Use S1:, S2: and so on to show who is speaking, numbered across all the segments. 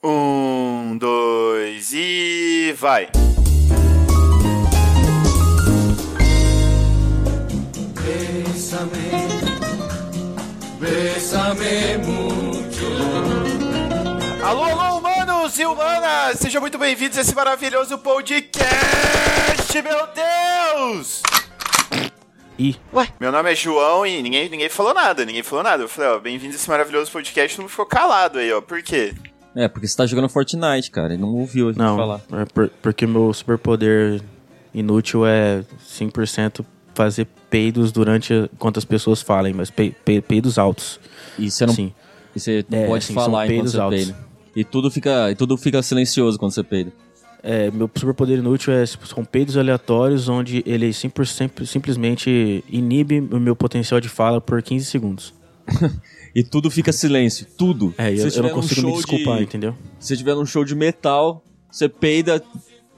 S1: Um, vai.
S2: Bésame, bésame mucho.
S1: Alô, alô, humanos e humanas! Sejam muito bem-vindos a esse maravilhoso podcast, meu Deus!
S3: Ih.
S1: Ué. Meu nome é João e ninguém, ninguém falou nada, ninguém falou nada. Eu falei, ó, bem-vindos a esse maravilhoso podcast, todo mundo ficou calado aí, ó. Por quê?
S3: É, porque você tá jogando Fortnite, cara. Ele não ouviu a gente
S4: Não,
S3: falar.
S4: é por- porque meu superpoder inútil é 100% fazer peidos durante enquanto as pessoas falem, mas pe- pe- peidos altos.
S3: E você não,
S4: Sim.
S3: e você não
S4: É,
S3: pode
S4: assim,
S3: falar
S4: são
S3: enquanto
S4: peidos
S3: você
S4: altos.
S3: peida. E tudo, fica, e tudo fica silencioso quando você peida.
S4: É, meu superpoder inútil é são peidos aleatórios onde ele 100% simplesmente inibe o meu potencial de fala por 15 segundos.
S3: E tudo fica silêncio. Tudo.
S4: É,
S3: Se
S4: eu, eu
S3: tiver
S4: não
S3: num
S4: consigo me
S3: show de-
S4: desculpar, entendeu?
S3: Se você tiver num show de metal, você peida,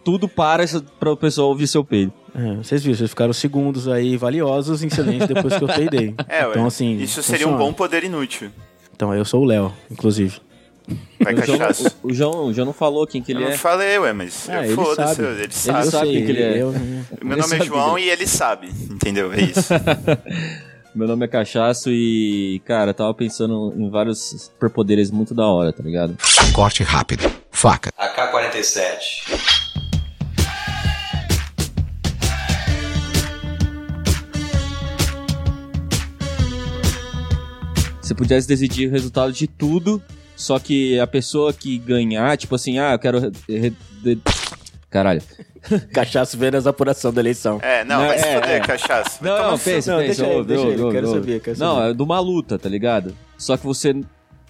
S3: tudo para essa- pra pessoa ouvir seu peido.
S4: É, vocês viram, vocês ficaram segundos aí valiosos em silêncio depois que eu peidei.
S1: É, ué,
S4: então assim,
S1: isso seria um
S4: funciona.
S1: bom poder inútil.
S4: Então eu sou o Léo, inclusive.
S1: Vai,
S4: Então,
S3: O João,
S1: cachaça.
S3: o, o João, o João não falou quem que
S1: Eu
S3: ele
S1: não
S3: é.
S1: falei, ué, mas
S4: Ah,
S1: eu-
S4: ele
S1: foda-se,
S4: sabe.
S1: ele,
S3: Ah,
S1: sabe.
S3: sabe quem que ele é.
S4: Eu,
S1: Meu
S3: ele
S1: nome é
S3: sabe
S1: João
S3: dele.
S1: e ele sabe, entendeu? É isso.
S3: Meu nome é Cachaço e, cara, eu tava pensando em vários superpoderes muito da hora, tá ligado?
S5: Corte rápido. Faca.
S6: AK-47.
S3: Se pudesse decidir o resultado de tudo, só que a pessoa que ganhar, tipo assim, ah, eu quero. re- re- de- Caralho.
S4: Cachaço vendo as apuração da eleição.
S1: É, não,
S3: Não,
S1: vai se
S3: é,
S1: foder,
S3: é.
S1: cachaça. Então, Vai
S3: Não,
S1: tomar
S3: não,
S1: no seu-
S3: pensa,
S4: Tá Não,
S3: pensa.
S4: deixa ele,
S3: ouve,
S4: deixa
S3: ouve,
S4: ele,
S3: ouve,
S4: quero
S3: ouve.
S4: saber, quero
S3: Não,
S4: saber.
S3: é de uma luta, tá ligado? Só que você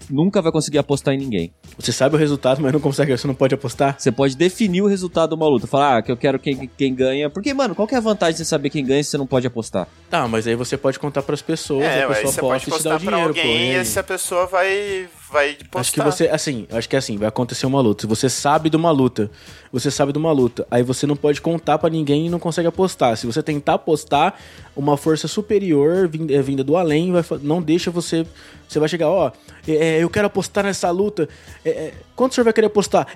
S3: nunca vai conseguir apostar em ninguém.
S4: Você sabe o resultado, mas não consegue, você não pode apostar?
S3: Você pode definir o resultado de uma luta. Falar, ah, que eu quero quem, quem ganha. Porque, mano, qual que é a vantagem de você saber quem ganha se você não pode apostar?
S4: Tá, mas aí você pode contar pras pessoas,
S1: É,
S4: a
S1: ué, aí
S4: pessoa
S1: você
S4: pode
S1: pode
S4: te dar
S1: postar pra
S4: o dinheiro, pô.
S1: alguém
S4: e
S1: e
S4: aí?
S1: essa pessoa vai, vai postar.
S4: Acho que você, assim, acho que é assim, vai acontecer uma luta. Se você sabe de uma luta, você sabe de uma luta, aí você não pode contar pra ninguém e não consegue apostar. Se você tentar apostar, uma força superior vinda, é, vinda do além vai, fa- não deixa você. Você vai chegar, ó, é, é, eu quero apostar nessa luta. É, é, quanto o senhor vai querer apostar?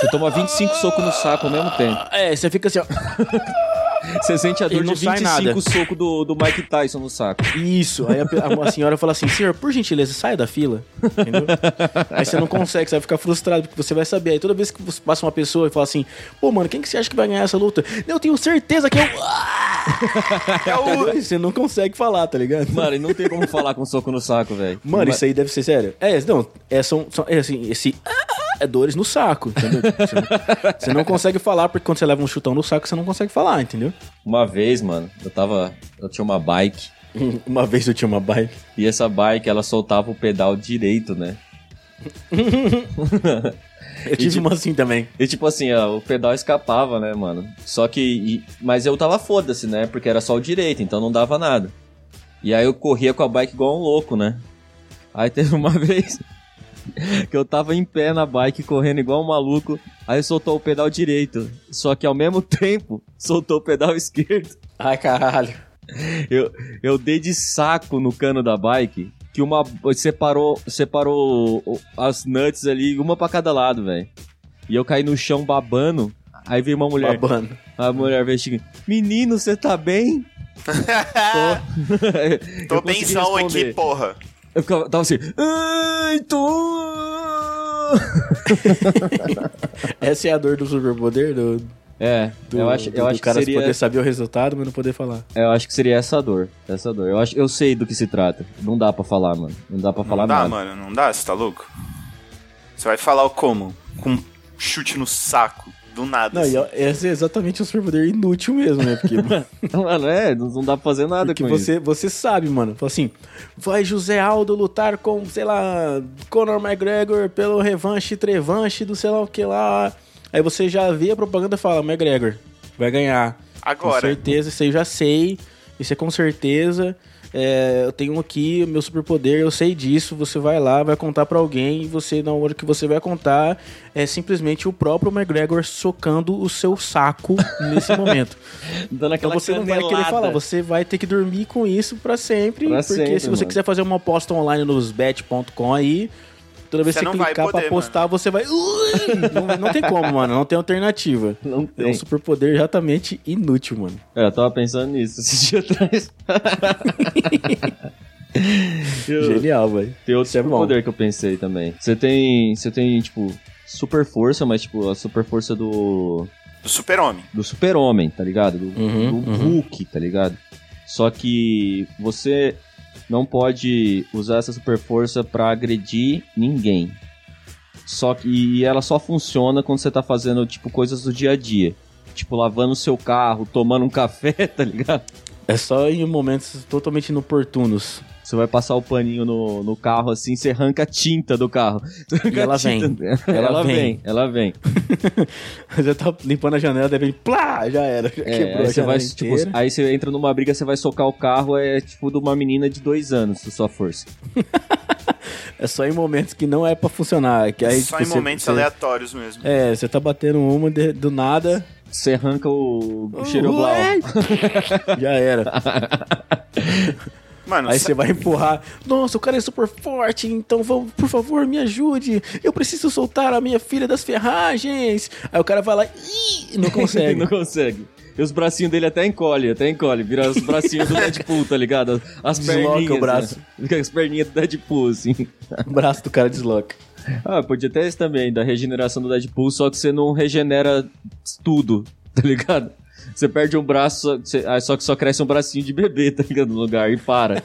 S3: Você toma 25 socos no saco ao mesmo tempo.
S4: Ah, É, você fica assim, ó.
S3: Você sente a
S4: E
S3: dor de
S4: não sai nada.
S3: 25 socos do, do Mike Tyson no saco.
S4: Isso. Aí a, pe- a- a senhora fala assim, senhor, por gentileza, saia da fila. Entendeu? Aí você não consegue, você vai ficar frustrado, porque você vai saber. Aí toda vez que você passa uma pessoa e fala assim, pô, mano, quem que você acha que vai ganhar essa luta? Eu tenho certeza que eu.
S1: É o...
S4: Você não consegue falar, tá ligado?
S3: Mano, e não tem como falar com soco no saco, velho.
S4: Mano, isso aí deve ser sério. É, não, é, são, são- é assim, esse. É dores no saco, entendeu? Tipo, Você não, você não consegue falar, porque quando você leva um chutão no saco, você não consegue falar, entendeu?
S3: Uma vez, mano, eu tava. Eu tinha uma bike.
S4: Uma vez eu tinha uma bike.
S3: E essa bike, ela soltava o pedal direito, né?
S4: Eu tive uma assim também.
S3: E tipo assim, ó, o pedal escapava, né, mano? Só que. e- mas eu tava foda-se, né? Porque era só o direito, então não dava nada. E aí eu corria com a bike igual um louco, né? Aí teve uma vez que eu tava em pé na bike, correndo igual um maluco. Aí soltou o pedal direito. Só que ao mesmo tempo, soltou o pedal esquerdo.
S4: Ai, caralho.
S3: Eu, eu dei de saco no cano da bike que uma separou, separou o- as nuts ali, uma pra cada lado, velho. E eu caí no chão babando. Aí veio uma mulher,
S4: Babando.
S3: a mulher veio chegando, menino, você tá bem? Tô,
S1: Tô
S3: Eu consegui
S1: benzão aqui,
S3: responder.
S1: porra.
S3: Eu ficava, tava assim, ai, tô...
S4: Essa é a dor do superpoder, do,
S3: É,
S4: do,
S3: eu acho,
S4: do-
S3: eu
S4: do
S3: acho que
S4: cara
S3: seria,
S4: poder saber o resultado, mas não poder falar.
S3: eu acho que seria essa dor, essa dor. Eu acho, eu sei do que se trata. Não dá pra falar, mano. Não dá pra falar
S1: Não dá,
S3: nada.
S1: mano, não dá, você tá louco? Você vai falar o como? Com um chute no saco, do nada.
S4: Não,
S1: assim.
S4: e ó, esse é exatamente um superpoder inútil mesmo, né? Porque, mano,
S3: Mano, é, não, não dá pra fazer nada
S4: porque
S3: com isso.
S4: você, você sabe, mano. Fala assim, vai José Aldo lutar com, sei lá, Conor McGregor pelo revanche, trevanche do sei lá o que lá. Aí você já vê a propaganda e fala, McGregor, vai ganhar. Com
S1: Agora,
S4: certeza, isso aí eu já sei. Isso é com certeza. É, eu tenho aqui o meu superpoder, eu sei disso. Você vai lá, vai contar pra alguém. E você, na hora que você vai contar, é simplesmente o próprio McGregor socando o seu saco nesse momento. Então
S3: Dando aquela
S4: você não vai querer
S3: canelada.
S4: falar, você vai ter que dormir com isso pra sempre.
S3: Pra
S4: porque
S3: sempre,
S4: se você
S3: mano.
S4: quiser fazer uma aposta online nos bet.com aí, Toda vez
S1: Você
S4: que você
S1: não vai
S4: clicar
S1: poder,
S4: pra postar, você vai. não, não tem como, mano. Não tem alternativa.
S3: Não
S4: É um
S3: tem.
S4: superpoder exatamente inútil, mano.
S3: Eu tava pensando nisso esses dias atrás. Eu-
S4: Genial, velho.
S3: Tem outro
S4: Isso
S3: tipo
S4: é bom.
S3: poder que eu pensei também. Você tem, você tem tipo super força, mas tipo a super força do
S1: Do super-homem.
S3: do super-homem, tá ligado? Do,
S4: Uhum,
S3: do
S4: uhum.
S3: Hulk, tá ligado? Só que você não pode usar essa super força pra agredir ninguém. Só que e ela só funciona quando você tá fazendo tipo coisas do dia a dia. Tipo, lavando o seu carro, tomando um café, tá ligado?
S4: É só em momentos totalmente inoportunos.
S3: Você vai passar o paninho no, no carro assim, você arranca a tinta do carro. Você arranca a
S4: ela
S3: tinta. Ela,
S4: Ela
S3: vem.
S4: vem.
S3: ela vem.
S4: Você tá limpando a janela, deve plá, já era. Já
S3: É,
S4: quebrou a
S3: aí, você vai,
S4: janela
S3: tipo,
S4: inteira.
S3: aí você entra numa briga, você vai socar o carro, é tipo de uma menina de dois anos, a sua força.
S4: É só em momentos que não é pra funcionar. Que aí,
S1: Só
S4: tipo,
S1: em
S4: você-
S1: momentos
S4: você-
S1: aleatórios mesmo.
S4: É, você tá batendo uma de- do nada.
S3: Você arranca o, o xeroblau.
S4: Ué! Já era.
S1: Mano,
S4: Aí
S1: sa-
S4: você vai empurrar. Nossa, o cara é super forte, então vamos, por favor, me ajude. Eu preciso soltar a minha filha das ferragens. Aí o cara vai lá e não consegue.
S3: Não consegue. E os bracinhos dele até encolhe, até encolhe. Vira os bracinhos do Deadpool, tá ligado? As
S4: Desloca
S3: perninhas.
S4: o braço.
S3: né? Fica as perninhas do Deadpool, assim.
S4: o braço do cara desloca.
S3: Ah, podia ter esse também, da regeneração do Deadpool, só que você não regenera tudo, tá ligado? Você perde um braço, só- você- ah, só que só cresce um bracinho de bebê, tá ligado? No lugar e para.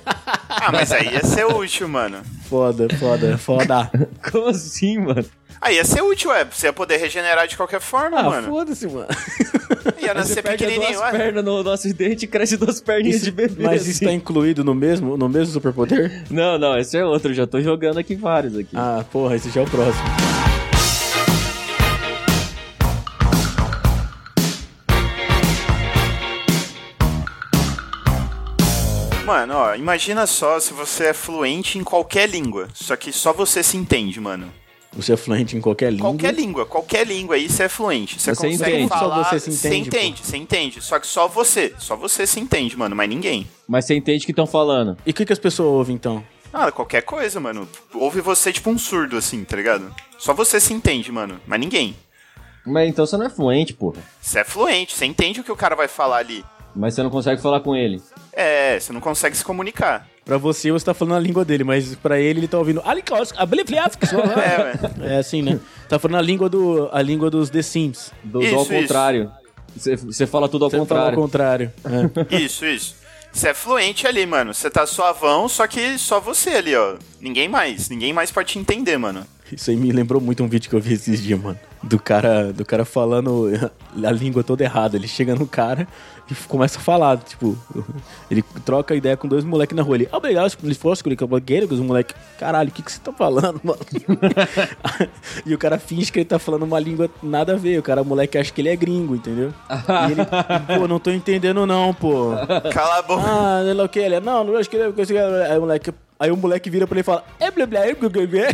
S1: Ah, mas aí ia ser útil, mano.
S4: Foda, foda, foda.
S3: Como assim, mano?
S1: Aí ia ser útil, é. Você ia poder regenerar de qualquer forma,
S4: Ah,
S1: mano.
S4: foda-se, mano.
S1: Ia
S3: Você
S1: nascer
S3: perde
S1: pequenininho, ué.
S3: duas pernas no, no acidente e cresce duas perninhas de bebê.
S4: Mas é isso tá
S3: assim.
S4: incluído no mesmo, no mesmo superpoder?
S3: Não, não, esse é outro. Eu já tô jogando aqui vários aqui.
S4: Ah, porra, esse já é o próximo.
S1: Mano, ó, imagina só se você é fluente em qualquer língua. Só que só você se entende, mano.
S4: Você é fluente em qualquer língua.
S1: Qualquer língua, qualquer língua aí você é fluente. Você,
S3: Você
S1: consegue
S3: entende.
S1: falar.
S4: Só você se entende,
S1: Você entende, você entende. Só que só você. Só você se entende, mano, mas ninguém.
S3: Mas você entende o que estão falando.
S4: E o que, que as pessoas ouvem, então?
S1: Ah, qualquer coisa, mano. Ouve você tipo um surdo, assim, tá ligado? Só você se entende, mano, mas ninguém.
S3: Mas então você não é fluente, porra.
S1: Você é fluente, você entende o que o cara vai falar ali.
S3: Mas você não consegue falar com ele.
S1: É, você não consegue se comunicar.
S4: Pra você, você tá falando a língua dele, mas pra ele, ele tá ouvindo... "Alicós, ablifliaf", que soa-
S1: É, velho.
S4: É assim, né? Tá falando a língua, do, a língua dos The Sims.
S3: Do,
S1: Isso,
S3: do ao
S1: isso.
S3: contrário. Você, você fala tudo ao
S4: Você fala ao
S3: contrário.
S4: contrário. É.
S1: Isso, isso. Você é fluente ali, mano. Você tá suavão, só que só você ali, ó. Ninguém mais. Ninguém mais pode te entender, mano.
S4: Isso aí me lembrou muito um vídeo que eu vi esses dias, mano. Do cara, do cara falando a língua toda errada. Ele chega no cara e começa a falar, tipo... Ele troca ideia com dois moleques na rua. Ele... Obrigado, eles foram os moleques... Caralho, o que, que você tá falando, mano? e o cara finge que ele tá falando uma língua nada a ver. O cara, o moleque, acha que ele é gringo, entendeu? E ele... Pô, não tô entendendo não, pô.
S1: Cala a boca.
S4: Ah, sei lá o que ele é. Não, não acho que ele é. porque- Aí o moleque. Aí o moleque vira pra ele e fala. É blé blé, é blé blé, blé.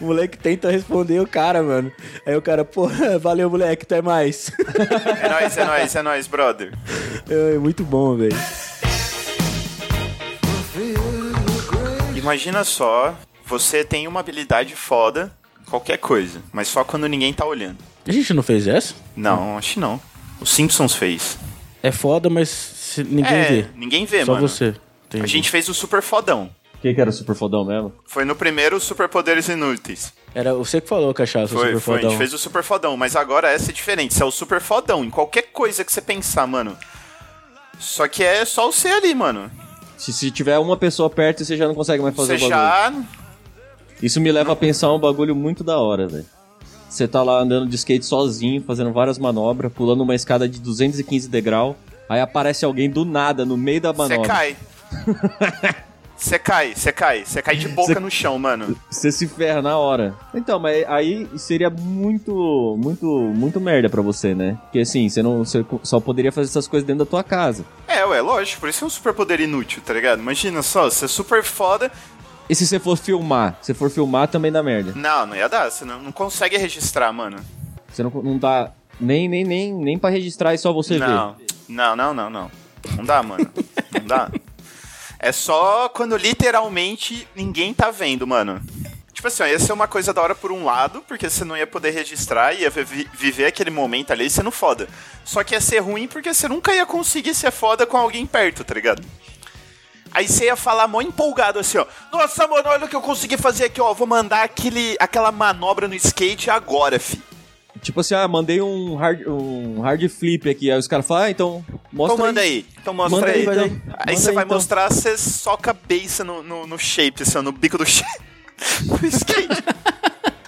S4: O moleque tenta responder o cara, mano. Aí o cara, porra, valeu, moleque, até mais.
S1: É nóis, é nóis, é nóis, brother.
S4: É muito bom, velho.
S1: Imagina só, você tem uma habilidade foda, em qualquer coisa, mas só quando ninguém tá olhando.
S4: A gente não fez essa?
S1: Não, acho que não. O Simpsons fez.
S4: É foda, mas se- ninguém
S1: é,
S4: vê.
S1: ninguém vê,
S4: Só
S1: mano.
S4: você. Entendi.
S1: A gente fez o super fodão.
S3: O que, que era o super fodão mesmo?
S1: Foi no primeiro Superpoderes Inúteis.
S4: Era você que falou, cachaça,
S1: Foi,
S4: super
S1: foi. A
S4: fodão.
S1: gente fez o super fodão, mas agora essa é diferente. Isso é o super fodão em qualquer coisa que você pensar, mano. Só que é só o C ali, mano.
S3: Se, se tiver uma pessoa perto, você já não consegue mais fazer
S1: Você
S3: o bagulho.
S1: já.
S3: Isso me leva a pensar um bagulho muito da hora, velho. Você tá lá andando de skate sozinho, fazendo várias manobras, pulando uma escada de 215 degrau. Aí aparece alguém do nada no meio da
S1: Você
S3: manobra.
S1: cai. Você cai, você cai. Você cai de boca
S3: Cê-
S1: no chão, mano.
S3: Você se ferra na hora. Então, mas aí seria muito, muito, muito merda pra você, né? Porque assim, você não, você só poderia fazer essas coisas dentro da tua casa.
S1: É, ué, lógico. Por isso é um superpoder inútil, tá ligado? Imagina só, você é super foda.
S3: E se você for filmar? Se for filmar, também dá merda.
S1: Não, não ia dar. Você não, não consegue registrar, mano.
S3: Você não, não dá nem, nem, nem, nem pra registrar e só você
S1: não.
S3: ver.
S1: não, não, não, não. Não dá, mano. não dá. É só quando literalmente ninguém tá vendo, mano. Tipo assim, ó, ia ser uma coisa da hora por um lado, porque você não ia poder registrar, ia vi- viver aquele momento ali sendo foda. Só que ia ser ruim porque você nunca ia conseguir ser foda com alguém perto, tá ligado? Aí você ia falar mó empolgado assim, ó. Nossa, mano, olha o que eu consegui fazer aqui, ó. Vou mandar aquele, aquela manobra no skate agora, fi.
S3: Tipo assim, ah, mandei um hard, um hard flip aqui. Aí os caras falam, ah, então mostra
S1: Então manda aí. Então mostra
S3: Manda aí,
S1: aí.
S3: vai
S1: Então-
S3: aí.
S1: Aí,
S3: Manda
S1: você
S3: aí,
S1: vai
S3: então.
S1: mostrar, você soca a beiça no, no, no shape, assim, ó, no bico do shape. No skate.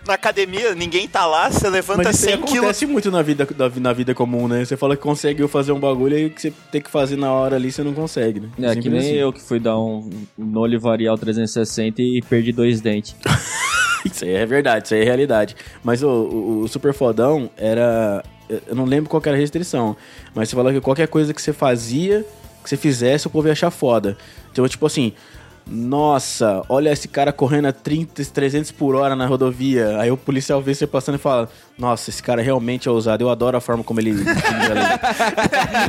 S1: Na academia, ninguém tá lá, você levanta
S4: Mas isso aí
S1: 100 quilos.
S4: acontece muito na vida, da- na vida comum, né? Você fala que conseguiu fazer um bagulho e que você tem que fazer na hora ali, você não consegue, né?
S3: É, que
S4: Simples
S3: nem
S4: assim.
S3: eu que fui dar um nole varial 360 e perdi dois dentes.
S4: Isso aí é verdade, isso aí é realidade. Mas o, o, o super fodão era. Eu eu não lembro qual que era a restrição, mas você falou que qualquer coisa que você fazia, que você fizesse, o povo ia achar foda. Então, tipo assim. Nossa, olha esse cara correndo a 30, 300 por hora na rodovia. Aí o policial vê você passando e fala: Nossa, esse cara realmente é ousado. Eu adoro a forma como ele.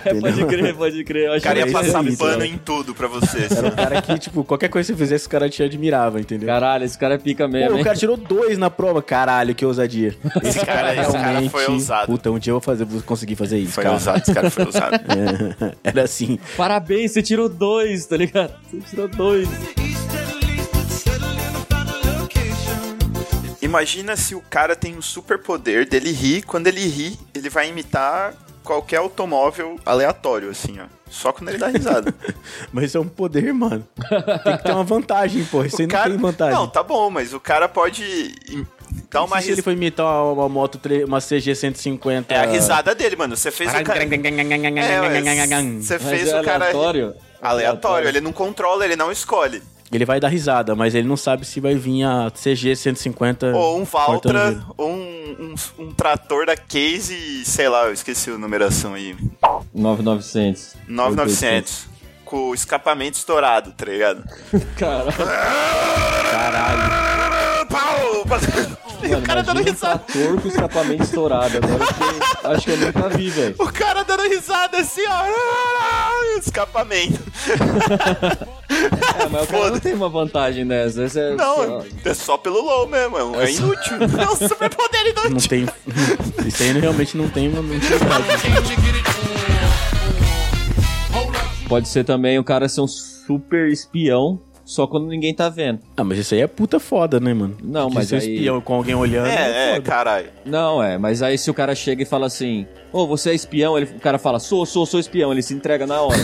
S1: É,
S3: pode crer, pode crer. Eu
S1: O
S3: acho
S1: cara
S4: Cara,
S1: ia
S3: que-
S4: isso é
S1: passar
S4: isso,
S1: pano
S4: né?
S1: em tudo pra você.
S4: Era
S1: assim.
S4: um cara que, tipo, qualquer coisa que você fizesse, o cara te admirava, entendeu?
S3: Caralho, esse cara pica mesmo,
S4: Pô, o
S3: hein?
S4: cara tirou dois na prova. Caralho, que ousadia.
S1: Esse cara, esse cara foi ousado.
S4: um Puta, um dia eu vou, fazer, vou conseguir fazer isso,
S1: Foi
S4: cara.
S1: ousado, esse cara foi ousado.
S4: Era assim.
S3: Parabéns, você tirou dois, tá ligado? Você tirou dois.
S1: Imagina se o cara tem um superpoder dele rir, quando ele ri, ele vai imitar qualquer automóvel aleatório, assim, ó. Só quando ele dá risada.
S4: Mas isso é um poder, mano. Tem que ter uma vantagem, pô. Isso aí
S1: O
S4: não
S1: cara-
S4: tem vantagem.
S1: Não, tá bom, mas o cara pode im- dar uma
S4: E se ele Ah.
S1: risada.
S4: foi imitar uma, uma moto, tre- uma CG 150...
S1: É a risada dele, mano. Você fez o cara. É, ué, você
S3: Mas
S1: fez
S3: é
S1: o cara.
S3: aleatório?
S1: Aleatório, ele não controla, ele não escolhe.
S4: Ele vai dar risada, mas ele não sabe se vai vir a CG 150...
S1: Ou um Valtra,
S4: cortando ele.
S1: ou um, um, um trator da Case, sei lá, eu esqueci a numeração aí.
S3: 9900.
S1: 9900. Com o escapamento estourado, tá ligado?
S3: Caralho,
S4: Caralho.
S1: Ah, Pau! E o cara dando
S3: imagina um
S1: risada.
S3: trator com escapamento estourado. Agora eu fiquei- acho que eu nunca vi, velho.
S1: O cara dando risada assim, ó. Ah, Escapamento.
S3: É, mas o cara não
S1: Foda.
S3: tem uma vantagem dessa. Essa é,
S1: Não, é só pelo LOL mesmo. É, inútil. É um superpoder inútil.
S4: Não tem... isso aí realmente não tem... Não tem vantagem.
S3: Pode ser também o cara ser um super espião, só quando ninguém tá vendo.
S4: ah, mas isso aí é puta foda, né, mano?
S3: Não,
S4: Que
S3: mas
S4: ser um
S3: aí-
S4: espião com alguém olhando...
S1: É, é,
S4: foda.
S1: caralho.
S3: Não, é, mas aí se o cara chega e fala assim, ô, você é espião, ele, o cara fala, sou, sou, sou espião, ele se entrega na hora.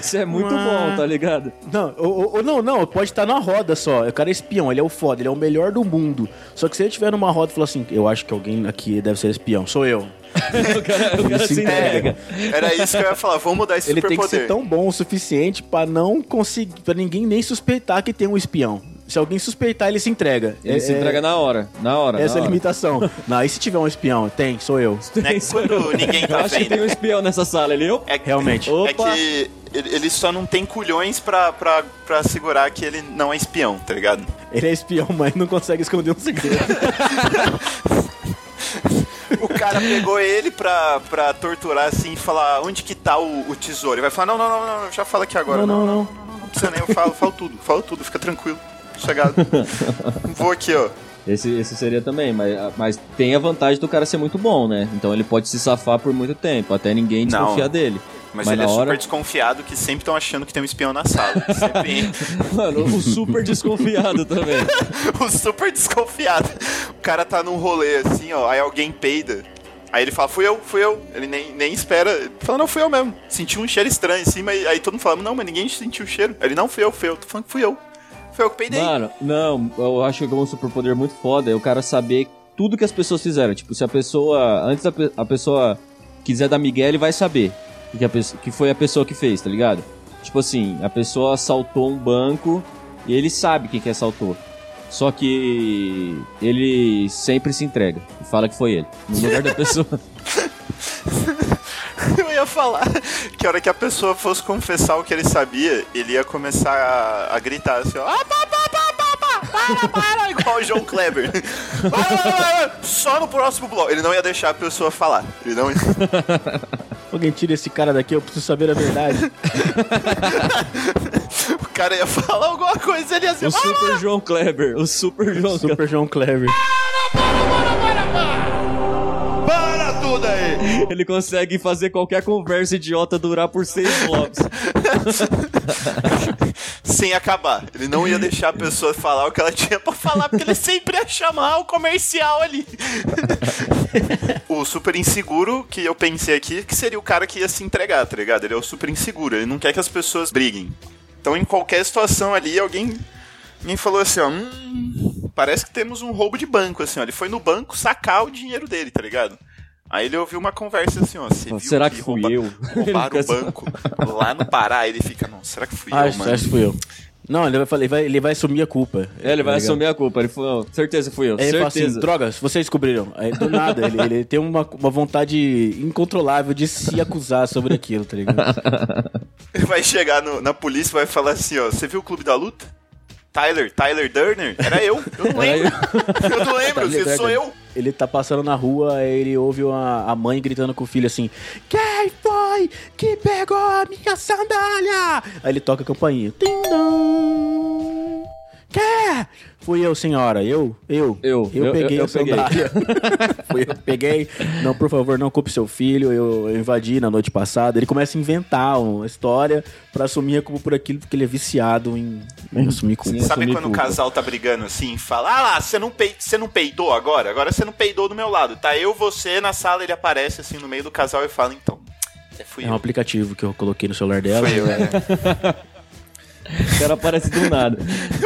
S3: Isso é muito bom, tá ligado?
S4: Não, ou, ou- ou não, não, pode estar na roda só. O cara é espião, ele é o foda, ele é o melhor do mundo. Só que se ele estiver numa roda e falar assim, eu acho que alguém aqui deve ser espião, sou eu.
S3: O cara, o
S4: Ele
S3: cara
S4: se
S3: se entrega.
S4: entrega.
S1: Era isso que eu ia falar, vamos mudar esse
S4: Ele tem que ser
S1: superpoder.
S4: tão bom o suficiente pra não conseguir, para ninguém nem suspeitar que tem um espião. Se alguém suspeitar, ele se entrega. É,
S3: Ele se entrega na hora, na hora.
S4: Essa é a
S3: na hora.
S4: limitação. não, e se tiver um espião? Tem, sou eu.
S1: né? Quando ninguém
S3: é Eu
S1: tá
S3: acho que tem
S1: vendo.
S3: um espião nessa sala, ele, eu...
S1: É,
S4: Realmente.
S1: é
S3: Opa!
S1: que ele ele só não tem culhões pra, pra, pra segurar que ele não é espião, tá ligado?
S4: Ele é espião, mas não consegue esconder um segredo.
S1: O cara pegou ele pra, pra torturar assim e falar onde que tá o, o tesouro. Ele vai falar: não, não, não, não, já fala aqui agora.
S4: não, não, não.
S1: não, não precisa nem, eu falo, falo tudo, falo tudo, fica tranquilo, sossegado. Vou aqui, ó.
S3: Esse, esse seria também, mas, mas tem a vantagem do cara ser muito bom, né? Então ele pode se safar por muito tempo, até ninguém
S1: Não.
S3: desconfiar dele.
S1: Mas, ele é
S3: na
S1: super
S3: hora,
S1: desconfiado que sempre estão achando que tem um espião na sala. Sempre entra.
S3: mano, o super desconfiado também.
S1: O super desconfiado. O cara tá num rolê assim, ó, aí alguém peida. Aí ele fala, fui eu, fui eu. Ele nem, nem espera. Ele Fala, não, fui eu mesmo. Senti um cheiro estranho assim, mas aí todo mundo fala, não, mas ninguém sentiu o cheiro. Aí Ele, não, fui eu, fui eu. Tô falando que fui eu. Foi eu que peidei.
S3: Mano, não, eu acho que é um superpoder muito foda é o cara saber tudo que as pessoas fizeram. Tipo, se a pessoa. Antes a, pe- a pessoa quiser dar Miguel, ele vai saber que, a pesso- que foi a pessoa que fez, tá ligado? Tipo assim, a pessoa assaltou um banco e ele sabe quem que assaltou. Só que ele sempre se entrega e fala que foi ele. No lugar da pessoa.
S1: Eu ia falar que a hora que a pessoa fosse confessar o que ele sabia, ele ia começar a, a gritar assim, ó. Ah, pá, pá, pá, pá, pá, para, para, igual o João Kleber. Para, para, para, para. Só no próximo bloco. Ele não ia deixar a pessoa falar. Ele não ia...
S4: Alguém tira esse cara daqui, eu preciso saber a verdade.
S1: O cara ia falar alguma coisa, ele ia "Ah, ser.
S3: O Super João Kleber. O Super João Kleber.
S4: Super João Clever.
S1: Para tudo aí!
S3: Ele consegue fazer qualquer conversa idiota durar por seis blocos.
S1: Sem acabar. Ele não ia deixar a pessoa falar o que ela tinha pra falar, porque ele sempre ia chamar o comercial ali. o super inseguro que eu pensei aqui, que seria o cara que ia se entregar, tá ligado? Ele é o super inseguro, ele não quer que as pessoas briguem. Então, em qualquer situação ali, alguém me falou assim, ó... Hum, parece que temos um roubo de banco, assim, ó. Ele foi no banco sacar o dinheiro dele, tá ligado? Aí ele ouviu uma conversa assim, ó... "Você viu
S3: Será que fui
S1: rouba-
S3: eu?
S1: roubaram
S3: Ele
S1: o
S3: fica assim. "Ah,
S1: banco lá no Pará. Ele fica, não, será que fui eu,
S4: Ah, acho,
S1: mano?
S4: acho que fui eu. Não, ele vai, falar- ele vai, ele vai assumir a culpa.
S3: É, ele vai
S4: Tá ligado?
S3: assumir a culpa. Ele falou, certeza fui eu,
S4: Aí ele fala assim,
S3: certeza.
S4: drogas, vocês descobriram. Aí, do nada, ele, ele tem uma, uma vontade incontrolável de se acusar sobre aquilo, tá ligado?
S1: Ele vai chegar no- na polícia e vai falar assim, ó, você viu o Clube da Luta? Tyler, Tyler Durner? Era eu, eu não
S3: Era
S1: lembro. Eu não lembro,
S4: Tyler
S1: se sou
S4: Durden.
S1: eu.
S4: Ele tá passando na rua, aí ele ouve uma- a mãe gritando com o filho assim: Quem foi que pegou a minha sandália? Aí ele toca a campainha. Tim dum. Quem? é?" Fui eu, senhora. Eu? Eu?
S3: Eu.
S4: Eu,
S3: Eu-
S4: peguei
S3: eu- eu
S4: a sandália. Fui eu que peguei. Não, por favor, não culpe seu filho. Eu, eu invadi na noite passada. Ele começa a inventar uma história pra assumir a culpa por aquilo, porque ele é viciado em, em assumir culpa.
S1: Sabe
S4: assumir
S1: quando o
S4: culpa.
S1: casal tá brigando assim e fala, ah lá, você não, pei você não peidou agora? Agora você não peidou do meu lado. Tá eu, você, na sala, ele aparece assim no meio do casal e fala, então, é, fui
S4: É um
S1: eu.
S4: aplicativo que eu coloquei no celular dela.
S1: Fui eu, é.
S3: O cara aparece do nada.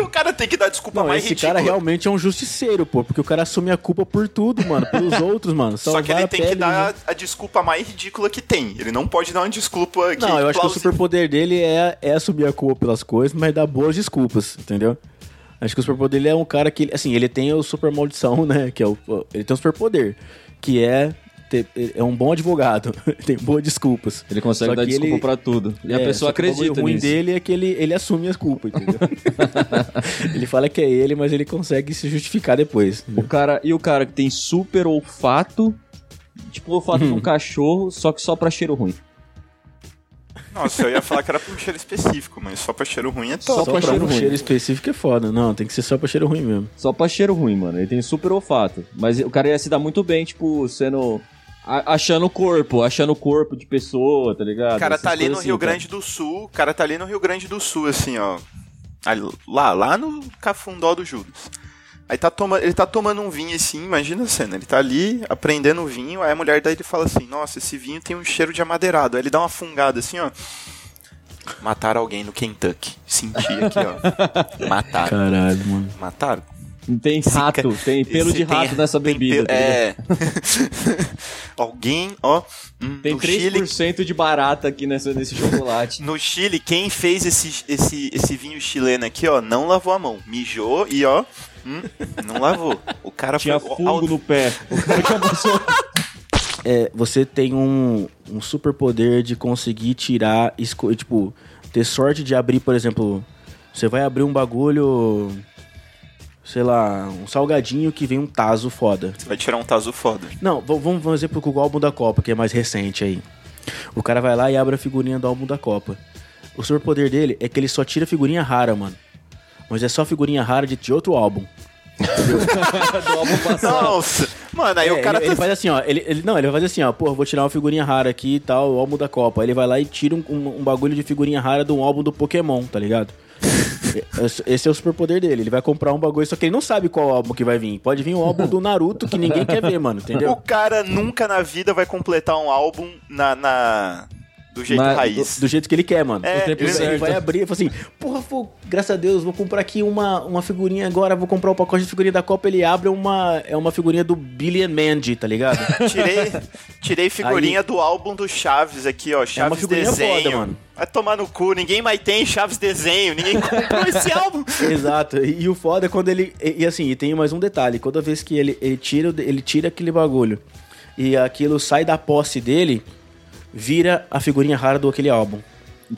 S1: o cara tem que dar desculpa
S4: Não,
S1: mais
S4: esse
S1: ridícula.
S4: cara realmente é um justiceiro, pô, porque o cara assume a culpa por tudo, mano, pelos outros, mano.
S1: Só que
S4: salvar
S1: ele
S4: a
S1: tem que
S4: pele,
S1: dar
S4: né?
S1: a desculpa mais ridícula que tem. Ele não pode dar uma desculpa que
S4: Não, eu acho que o
S1: plausível.
S4: superpoder dele é, é assumir a culpa pelas coisas, mas dar boas desculpas, entendeu? Acho que o superpoder dele é um cara que, assim, ele tem o super maldição, né, que é o, ele tem um superpoder, que é ter- é um bom advogado, tem boas desculpas.
S3: Ele consegue
S4: Só
S3: dar
S4: que
S3: desculpa
S4: ele-
S3: pra tudo. E a
S4: É,
S3: pessoa
S4: só que O
S3: acredita
S4: bagulho ruim
S3: nisso.
S4: dele é que ele, ele assume as culpas, entendeu? ele fala que é ele, mas ele consegue se justificar depois.
S3: O cara, e o cara que tem super olfato, tipo o olfato de um cachorro, só que só pra cheiro ruim.
S1: Nossa, eu ia falar que era pra um cheiro específico, mas só pra cheiro ruim é
S3: Só
S1: top.
S4: Só
S3: pra
S4: pra,
S3: cheiro
S4: um
S3: ruim.
S4: cheiro específico é foda. Não, tem que ser só pra cheiro ruim mesmo.
S3: Só pra cheiro ruim, mano. Ele tem super olfato. Mas o cara ia se dar muito bem, tipo, sendo. a- achando o corpo, achando o corpo de pessoa, tá ligado?
S1: O cara
S3: Essas
S1: tá ali
S3: coisas
S1: no
S3: assim,
S1: Rio
S3: cara.
S1: Grande do Sul, o cara tá ali no Rio Grande do Sul, assim, ó. Ali- Lá, lá no Cafundó do Judas. Aí tá toma, ele tá tomando um vinho assim, imagina a cena. Ele tá ali aprendendo o vinho, aí a mulher daí ele fala assim: Nossa, esse vinho tem um cheiro de amadeirado. Aí ele dá uma fungada assim, ó. Mataram alguém no Kentucky. Senti aqui, ó. Mataram.
S4: Caralho, mano.
S1: Mataram.
S3: Tem rato, tem pelo
S1: Esse
S3: de rato
S1: tem-
S3: nessa
S1: tem
S3: bebida.
S1: pelo-
S3: tá ligado?
S1: é. Alguém, ó. hum,
S3: Tem
S1: no, Chile,
S3: 3% de barata aqui nessa, nesse chocolate.
S1: no Chile, quem fez esse, esse, esse vinho chileno aqui, ó, não lavou a mão. Mijou e, ó, hum, não lavou. O cara
S3: Tinha
S1: foi.
S3: fungo no pé. O cara que amassou.
S4: É, você tem um, um superpoder de conseguir tirar, esco- tipo, ter sorte de abrir, por exemplo, você vai abrir um bagulho, sei lá, um salgadinho que vem um taso foda.
S1: Você vai tirar um tazu foda.
S4: Não, v- vamos um vamos fazer pro Google álbum da Copa, que é mais recente aí. O cara vai lá e abre a figurinha do álbum da Copa. O superpoder dele é que ele só tira figurinha rara, mano. Mas é só figurinha rara de, de outro álbum.
S3: do álbum passado.
S1: Nossa! Mano, aí
S4: É,
S1: o cara
S4: ele, ele
S1: tá.
S4: faz assim, ó. Ele, ele- não, ele vai fazer assim, ó. Pô, vou tirar uma figurinha rara aqui e tal, o álbum da Copa. Aí Ele vai lá e tira um, um- um bagulho de figurinha rara de um álbum do Pokémon, tá ligado? Esse- Esse é o superpoder dele. Ele vai comprar um bagulho, só que ele não sabe qual álbum que vai vir. Pode vir um álbum do Naruto que ninguém quer ver, mano,
S1: tá- O
S4: entendeu?
S1: cara nunca na vida vai completar um álbum na. na- do jeito
S3: Na-
S1: raiz.
S4: Do, do jeito que ele quer, mano.
S1: É,
S3: tempo
S1: ele-
S4: Ele, ele
S3: certo.
S4: vai abrir e fala assim: Porra, vou- graças a Deus, vou comprar aqui uma, uma figurinha agora, vou comprar o pacote de figurinha da Copa. Ele abre uma, é uma figurinha do Billy and Mandy, tá ligado?
S1: Tirei, tirei figurinha do álbum do Chaves aqui, ó. Chaves
S4: É figurinha
S1: desenho.
S4: foda, mano.
S1: Vai tomar no cu, ninguém mais tem Chaves desenho, ninguém comprou esse álbum.
S4: Exato. E, e o foda é quando ele. E, e assim, e tem mais um detalhe: toda vez que ele, ele, tira, o- ele tira aquele bagulho e aquilo sai da posse dele, vira a figurinha rara do aquele álbum.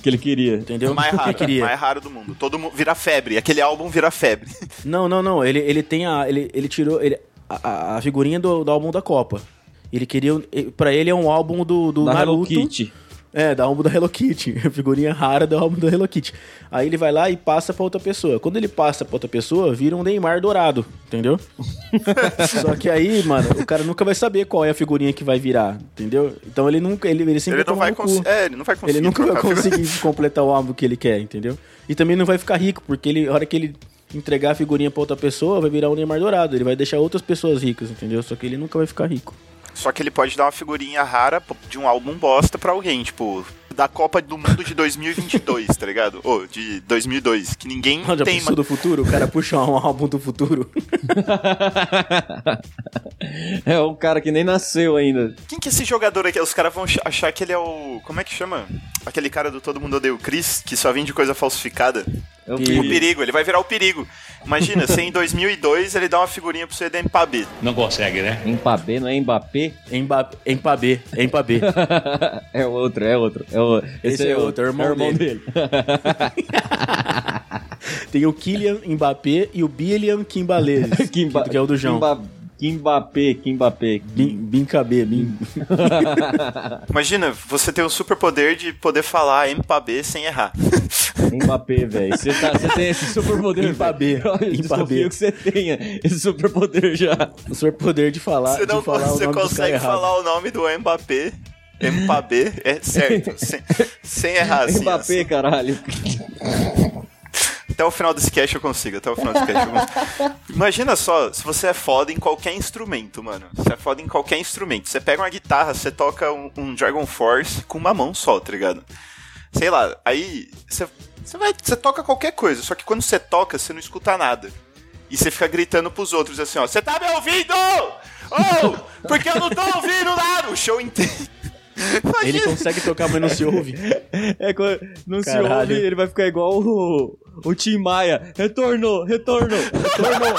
S3: Que ele queria.
S1: É
S4: Entendeu? Tipo
S1: mais
S4: Que
S1: raro,
S4: queria.
S1: mais raro do mundo. Todo mundo vira febre, aquele álbum vira febre.
S4: Não, não, não. Ele, ele tem a. Ele, ele tirou ele, a- a, a figurinha do, do álbum da Copa. Ele queria. Pra ele é um álbum do, do
S3: da Hello
S4: Naruto.
S3: Kitty.
S4: É, da álbum da Hello Kitty. Figurinha rara da álbum da Hello Kitty. Aí ele vai lá e passa pra outra pessoa. Quando ele passa pra outra pessoa, vira um Neymar dourado, entendeu? Só que aí, mano, o cara nunca vai saber qual é a figurinha que vai virar, entendeu? Então ele nunca. Ele, ele sempre
S1: Ele não,
S4: toma
S1: vai
S4: no cu.
S1: cons- é, ele não vai conseguir.
S4: Ele nunca vai
S1: trocar a figura.
S4: conseguir completar o álbum que ele quer, entendeu? E também não vai ficar rico, porque ele, a hora que ele entregar a figurinha pra outra pessoa, vai virar um Neymar dourado. Ele vai deixar outras pessoas ricas, entendeu? Só que ele nunca vai ficar rico.
S1: Só que ele pode dar uma figurinha rara de um álbum bosta pra alguém, tipo, da Copa do Mundo de 2022, tá ligado? Ou de 2002, que ninguém
S4: Olha,
S1: tem,
S4: pessoa
S1: mano.
S4: do futuro, o cara puxa um álbum do futuro.
S3: é um cara que nem nasceu ainda.
S1: Quem que é esse jogador aqui? Os caras vão ach- achar que ele é o. Como é que chama? Aquele cara do Todo Mundo Odeia o Chris, que só vende coisa falsificada.
S3: É o
S1: O
S3: perigo.
S1: perigo, ele vai virar o perigo. Imagina, se em 2002 ele dá uma figurinha pro CD Mbappé.
S7: Não consegue, né?
S3: Mbappé, não é Mbappé?
S4: Emba- Empabê, Empabê.
S3: é outro, é outro. É o... Esse,
S4: é outro, é o irmão
S3: dele.
S4: Tem o Kylian Mbappé e o Billian Kimbaleles,
S3: Kimba...
S4: que é o do João.
S3: Kimba... Kimbapé, Kimbapé.
S4: Bim, Bincabê, Bim.
S1: Imagina, você tem o superpoder de poder falar Mbappé sem errar.
S3: Mbappé, velho. Você tá, você tem esse superpoder.
S4: Mbappé,
S3: velho. Eu
S4: Mbappé.
S3: desconfio que você tenha esse superpoder já.
S4: O senhor poder de falar,
S1: Você não
S4: de
S1: você
S4: falar o nome do cara
S1: consegue
S4: errado.
S1: falar o nome do Mbappé. Mbappé é certo, sem, sem errar assim.
S3: Mbappé,
S1: assim.
S3: caralho.
S1: Até o final desse cast eu consigo, até o final desse cast eu consigo. Imagina só, se você é foda em qualquer instrumento, mano. Você é foda em qualquer instrumento. Você pega uma guitarra, você toca um, um Dragon Force com uma mão só, tá ligado? Sei lá, aí você, você vai, você toca qualquer coisa, só que quando você toca, você não escuta nada. E você fica gritando pros outros assim, ó, você tá me ouvindo? Oh, porque eu não tô ouvindo nada! O show inteiro.
S4: Ele
S1: Imagina.
S4: consegue tocar, mas não se ouve.
S3: É, quando não se
S4: Caralho.
S3: ouve, ele vai ficar igual o, o Tim Maia. Retornou, retornou, retornou.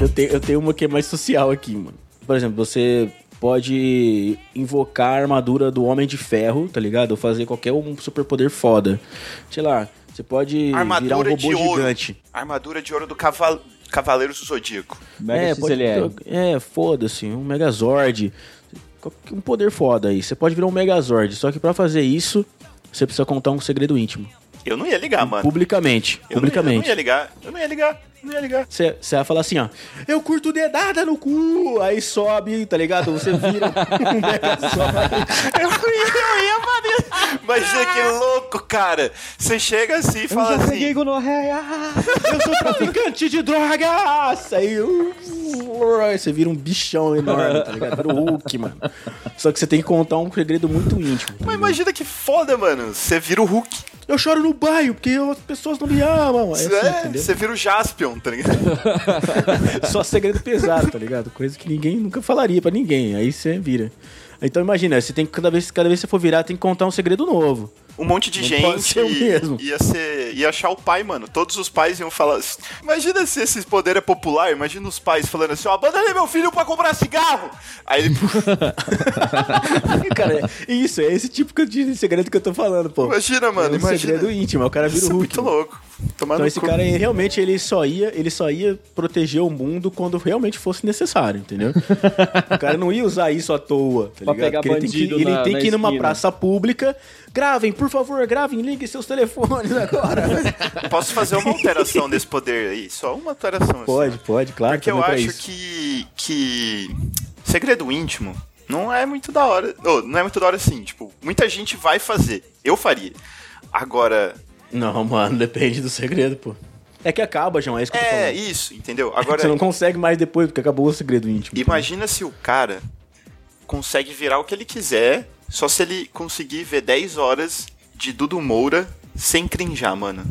S4: Eu tenho, eu tenho uma que é mais social aqui, mano. Por exemplo, você pode invocar a armadura do Homem de Ferro, tá ligado? Ou fazer qualquer um superpoder foda. Sei lá, você pode virar um
S1: Armadura
S4: robô
S1: de ouro.
S4: gigante.
S1: Armadura de ouro do cavalo, Cavaleiro do Zodíaco.
S3: Mega
S4: É, pode-
S3: XLR.
S4: é, foda-se, um Megazord. Qualquer- Um poder foda aí. Você pode virar um Megazord, só que pra fazer isso, você precisa contar um segredo íntimo.
S1: Eu não ia ligar, mano.
S4: Publicamente.
S1: Eu não, eu não
S4: publicamente.
S1: ia ligar, eu não ia ligar, não ia ligar.
S4: Você você vai falar assim, ó. Eu curto dedada no cu. Aí sobe, tá ligado? Você vira um Megazord.
S1: Eu não ia, eu ia, mano. Imagina que louco, cara. Você chega assim e fala assim.
S3: gonorreia.
S4: Eu sou traficante de drogas. Aí uh, aí você vira um bichão enorme, tá ligado? Vira o Hulk, mano. Só que você tem que contar um segredo muito íntimo. tá
S1: Mas
S4: ligado?
S1: imagina que foda, mano. Você vira o Hulk.
S4: Eu choro no banho porque as pessoas não me amam. É assim,
S1: É,
S4: entendeu?
S1: Você vira o Jaspion, tá ligado?
S4: Só segredo pesado, tá ligado? Coisa que ninguém nunca falaria pra ninguém. Aí você vira. Então imagina, você tem que cada vez, cada vez que você for virar, tem que contar um segredo novo.
S1: Um monte de
S4: Não
S1: gente
S4: pode ser o mesmo.
S1: ia ser. ia achar o pai, mano. Todos os pais iam falar. assim, Imagina se esse poder é popular, imagina os pais falando assim, ó, abandonei meu filho pra comprar cigarro! Aí ele.
S4: Cara, é isso, é esse tipo de segredo que eu tô falando, pô.
S1: Imagina, mano,
S4: é um
S1: imagina.
S4: segredo íntimo, é o cara vira
S1: Isso
S4: o
S1: é
S4: Hulk.
S1: muito
S4: mano.
S1: louco. Tomando
S4: Então esse cara aí, realmente ele só ia, ele só ia proteger o mundo quando realmente fosse necessário, entendeu? o cara não ia usar isso à toa, tá
S3: Pra
S4: ligado?
S3: pegar
S4: Porque ele tem que,
S3: bandido
S4: ele
S3: na-
S4: tem
S3: na
S4: que ir numa
S3: esquina.
S4: praça pública. Gravem, por favor, gravem, liguem seus telefones agora.
S1: Posso fazer uma alteração desse poder aí? Só uma alteração. assim.
S4: pode, pode, claro.
S1: Porque eu
S4: também pra
S1: acho
S4: isso.
S1: que, que. Segredo íntimo não é muito da hora. Ô, não é muito da hora assim. Tipo, muita gente vai fazer. Eu faria. Agora.
S4: Não, mano, depende do segredo, pô. É que acaba, João, é isso que eu tô
S1: É,
S4: falando.
S1: isso, entendeu? Agora,
S4: Você não consegue mais depois, porque acabou o segredo íntimo.
S1: imagina se o cara consegue virar o que ele quiser, só se ele conseguir ver 10 horas de Dudu Moura sem crinjar, mano.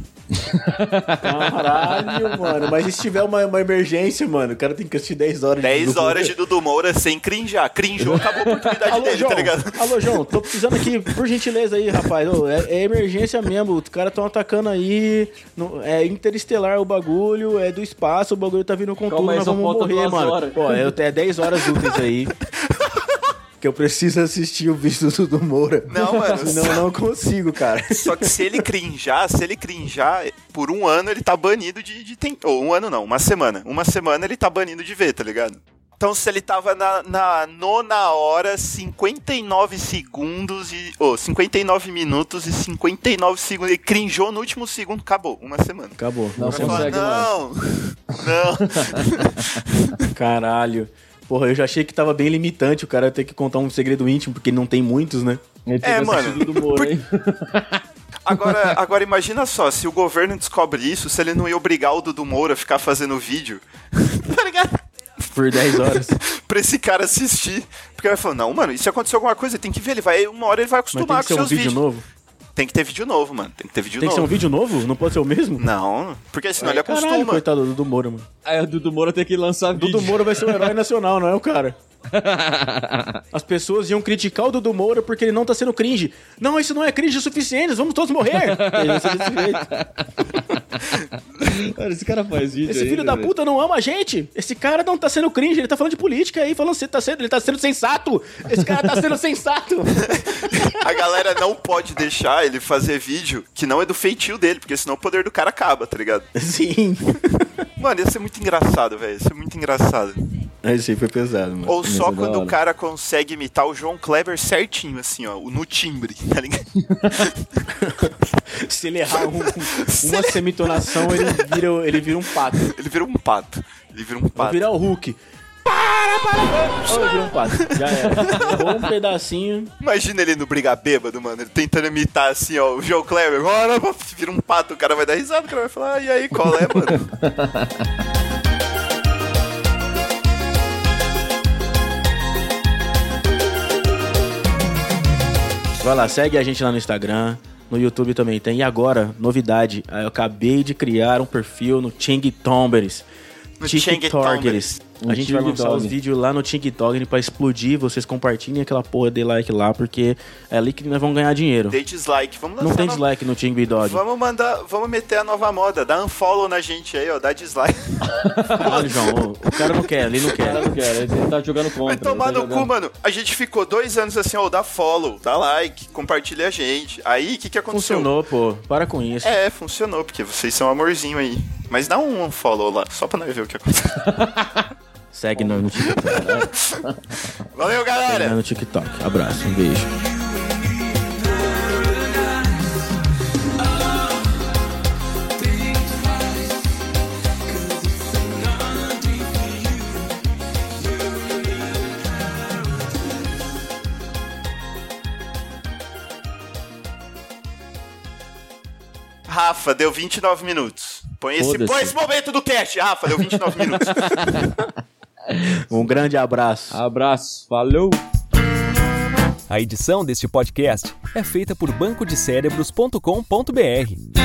S4: Caralho, mano. Mas e se tiver uma, uma emergência, mano? O cara tem que assistir 10 horas
S1: 10 horas de Dudu Moura sem crinjar. Crinjou, acabou a oportunidade
S4: Alô,
S1: dele,
S4: João.
S1: tá ligado?
S4: Alô, João, tô precisando aqui, por gentileza aí, rapaz. Ô, é, é emergência mesmo. Os caras estão atacando aí. Não- é interestelar o bagulho, é do espaço, o bagulho tá vindo com
S3: Calma
S4: tudo,
S3: aí,
S4: nós
S3: só
S4: vamos
S3: falta
S4: morrer,
S3: duas
S4: mano.
S3: horas.
S4: Pô, eu tenho 10 horas úteis aí. que eu preciso assistir o vídeo do, do Moura.
S1: Não, mano.
S4: Senão eu não consigo, cara.
S1: Só que se ele crinjar, se ele crinjar, por um ano ele tá banido de, de tem... Ou um ano não, uma semana. Uma semana ele tá banido de ver, tá ligado? Então se ele tava na, na nona hora, 59 segundos e. Ô, 59 minutos e 59 segundos. Ele crinjou no último segundo, acabou. Uma semana.
S4: Acabou.
S3: Não
S1: Vai falar,
S3: consegue mais.
S1: não, não.
S4: Caralho. Porra, eu já achei que tava bem limitante o cara ter que contar um segredo íntimo, porque não tem muitos, né?
S3: Ele
S1: É,
S3: teve
S1: mano.
S3: assistido do Moro, hein?
S1: Agora, agora imagina só, se o governo descobre isso, se ele não ia obrigar o Dudu Moura a ficar fazendo vídeo, tá ligado?
S4: Por 10 horas.
S1: pra esse cara assistir. Porque vai falar, não, mano, e se aconteceu alguma coisa, tem que ver, ele vai, uma hora ele vai
S4: Mas
S1: acostumar com
S4: tem que ser um
S1: seus
S4: vídeo
S1: vídeos.
S4: novo?
S1: Tem que ter vídeo novo, mano. Tem que ter vídeo
S4: Tem que ser
S1: novo.
S4: um vídeo novo? Não pode ser o mesmo?
S1: Não, porque senão ele acostuma.
S4: Caralho, coitado do Dudu Moura, mano.
S3: Aí o Dudu Moura tem que lançar
S4: O
S3: vídeo.
S4: Dudu Moura vai ser um herói nacional, não é o cara? As pessoas iam criticar o Dudu Moura porque ele não tá sendo cringe. Não, isso não é cringe o suficiente, vamos todos morrer. Ele vai ser desse jeito.
S3: Cara, esse cara faz vídeo
S4: Esse filho
S3: ainda,
S4: da
S3: velho.
S4: puta não ama a gente. Esse cara não tá sendo cringe, ele tá falando de política aí, falando que tá sendo, ele tá sendo sensato. Esse cara tá sendo sensato.
S1: A galera não pode deixar ele fazer vídeo que não é do feitio dele, porque senão o poder do cara acaba, tá ligado?
S4: Sim.
S1: Mano, ia ser muito engraçado, velho. Ia ser muito engraçado.
S4: Esse aí foi pesado, mano.
S1: Ou só
S3: é da
S1: quando o
S3: hora.
S1: cara consegue imitar o João Kleber certinho, assim, ó, no timbre, tá ligado?
S4: Se ele errar um- uma semitonação, ele vira, ele vira um pato.
S1: Ele vira um pato. Ele vira um
S4: Vai
S1: pato.
S4: virar o Hulk. Para, para! Oh, virou um pato. Já era. Errou um pedacinho.
S1: Imagina ele no Briga Bêbado, mano. Ele tentando imitar assim, ó, o João Kleber. Bora, bora, vira um pato, o cara vai dar risada, o cara vai falar, ah, e aí, qual é, mano?
S4: Vai lá, segue a gente lá no Instagram. No YouTube também tem. E agora, novidade. ah, Eu acabei de criar um perfil no Ting Tomberes.
S1: No
S4: Tik
S1: TikTokeres.
S4: Tokers.
S3: No
S4: A gente vai lançar
S3: TikTok.
S4: os vídeos lá no TikTok pra explodir. Vocês compartilhem aquela porra de like lá, porque é ali que nós vamos ganhar dinheiro.
S1: Dei dislike. Vamos lançar
S4: Não tem
S1: no-
S4: dislike no Ting Dog.
S1: Vamos mandar, vamos meter a nova moda. Dá unfollow na gente aí, ó, dá dislike.
S4: Caralho, João. ô, O cara não quer, ele não quer.
S3: Cara, não quero, ele tá jogando contra.
S1: Vai
S3: ele tá
S1: tomar no
S3: jogando-
S1: cu, mano. A gente ficou dois anos assim, ó, dá follow, dá like, compartilha a gente. Aí, o que que aconteceu?
S4: Funcionou, pô. Para com isso.
S1: É, funcionou, porque vocês são amorzinho aí. Mas dá um follow lá, só pra nós ver o que aconteceu.
S4: Segue nós no TikTok.
S1: Valeu,
S4: Segue nós
S1: galera!
S4: no TikTok. Abraço, um beijo.
S1: Rafa, deu 29 minutos. Põe esse,
S3: Foda-se.
S1: põe esse momento do cast, Rafa, deu 29 minutos.
S4: Um grande abraço.
S3: Abraço, falou!
S7: A edição deste podcast é feita por bancodecérebros.com.br.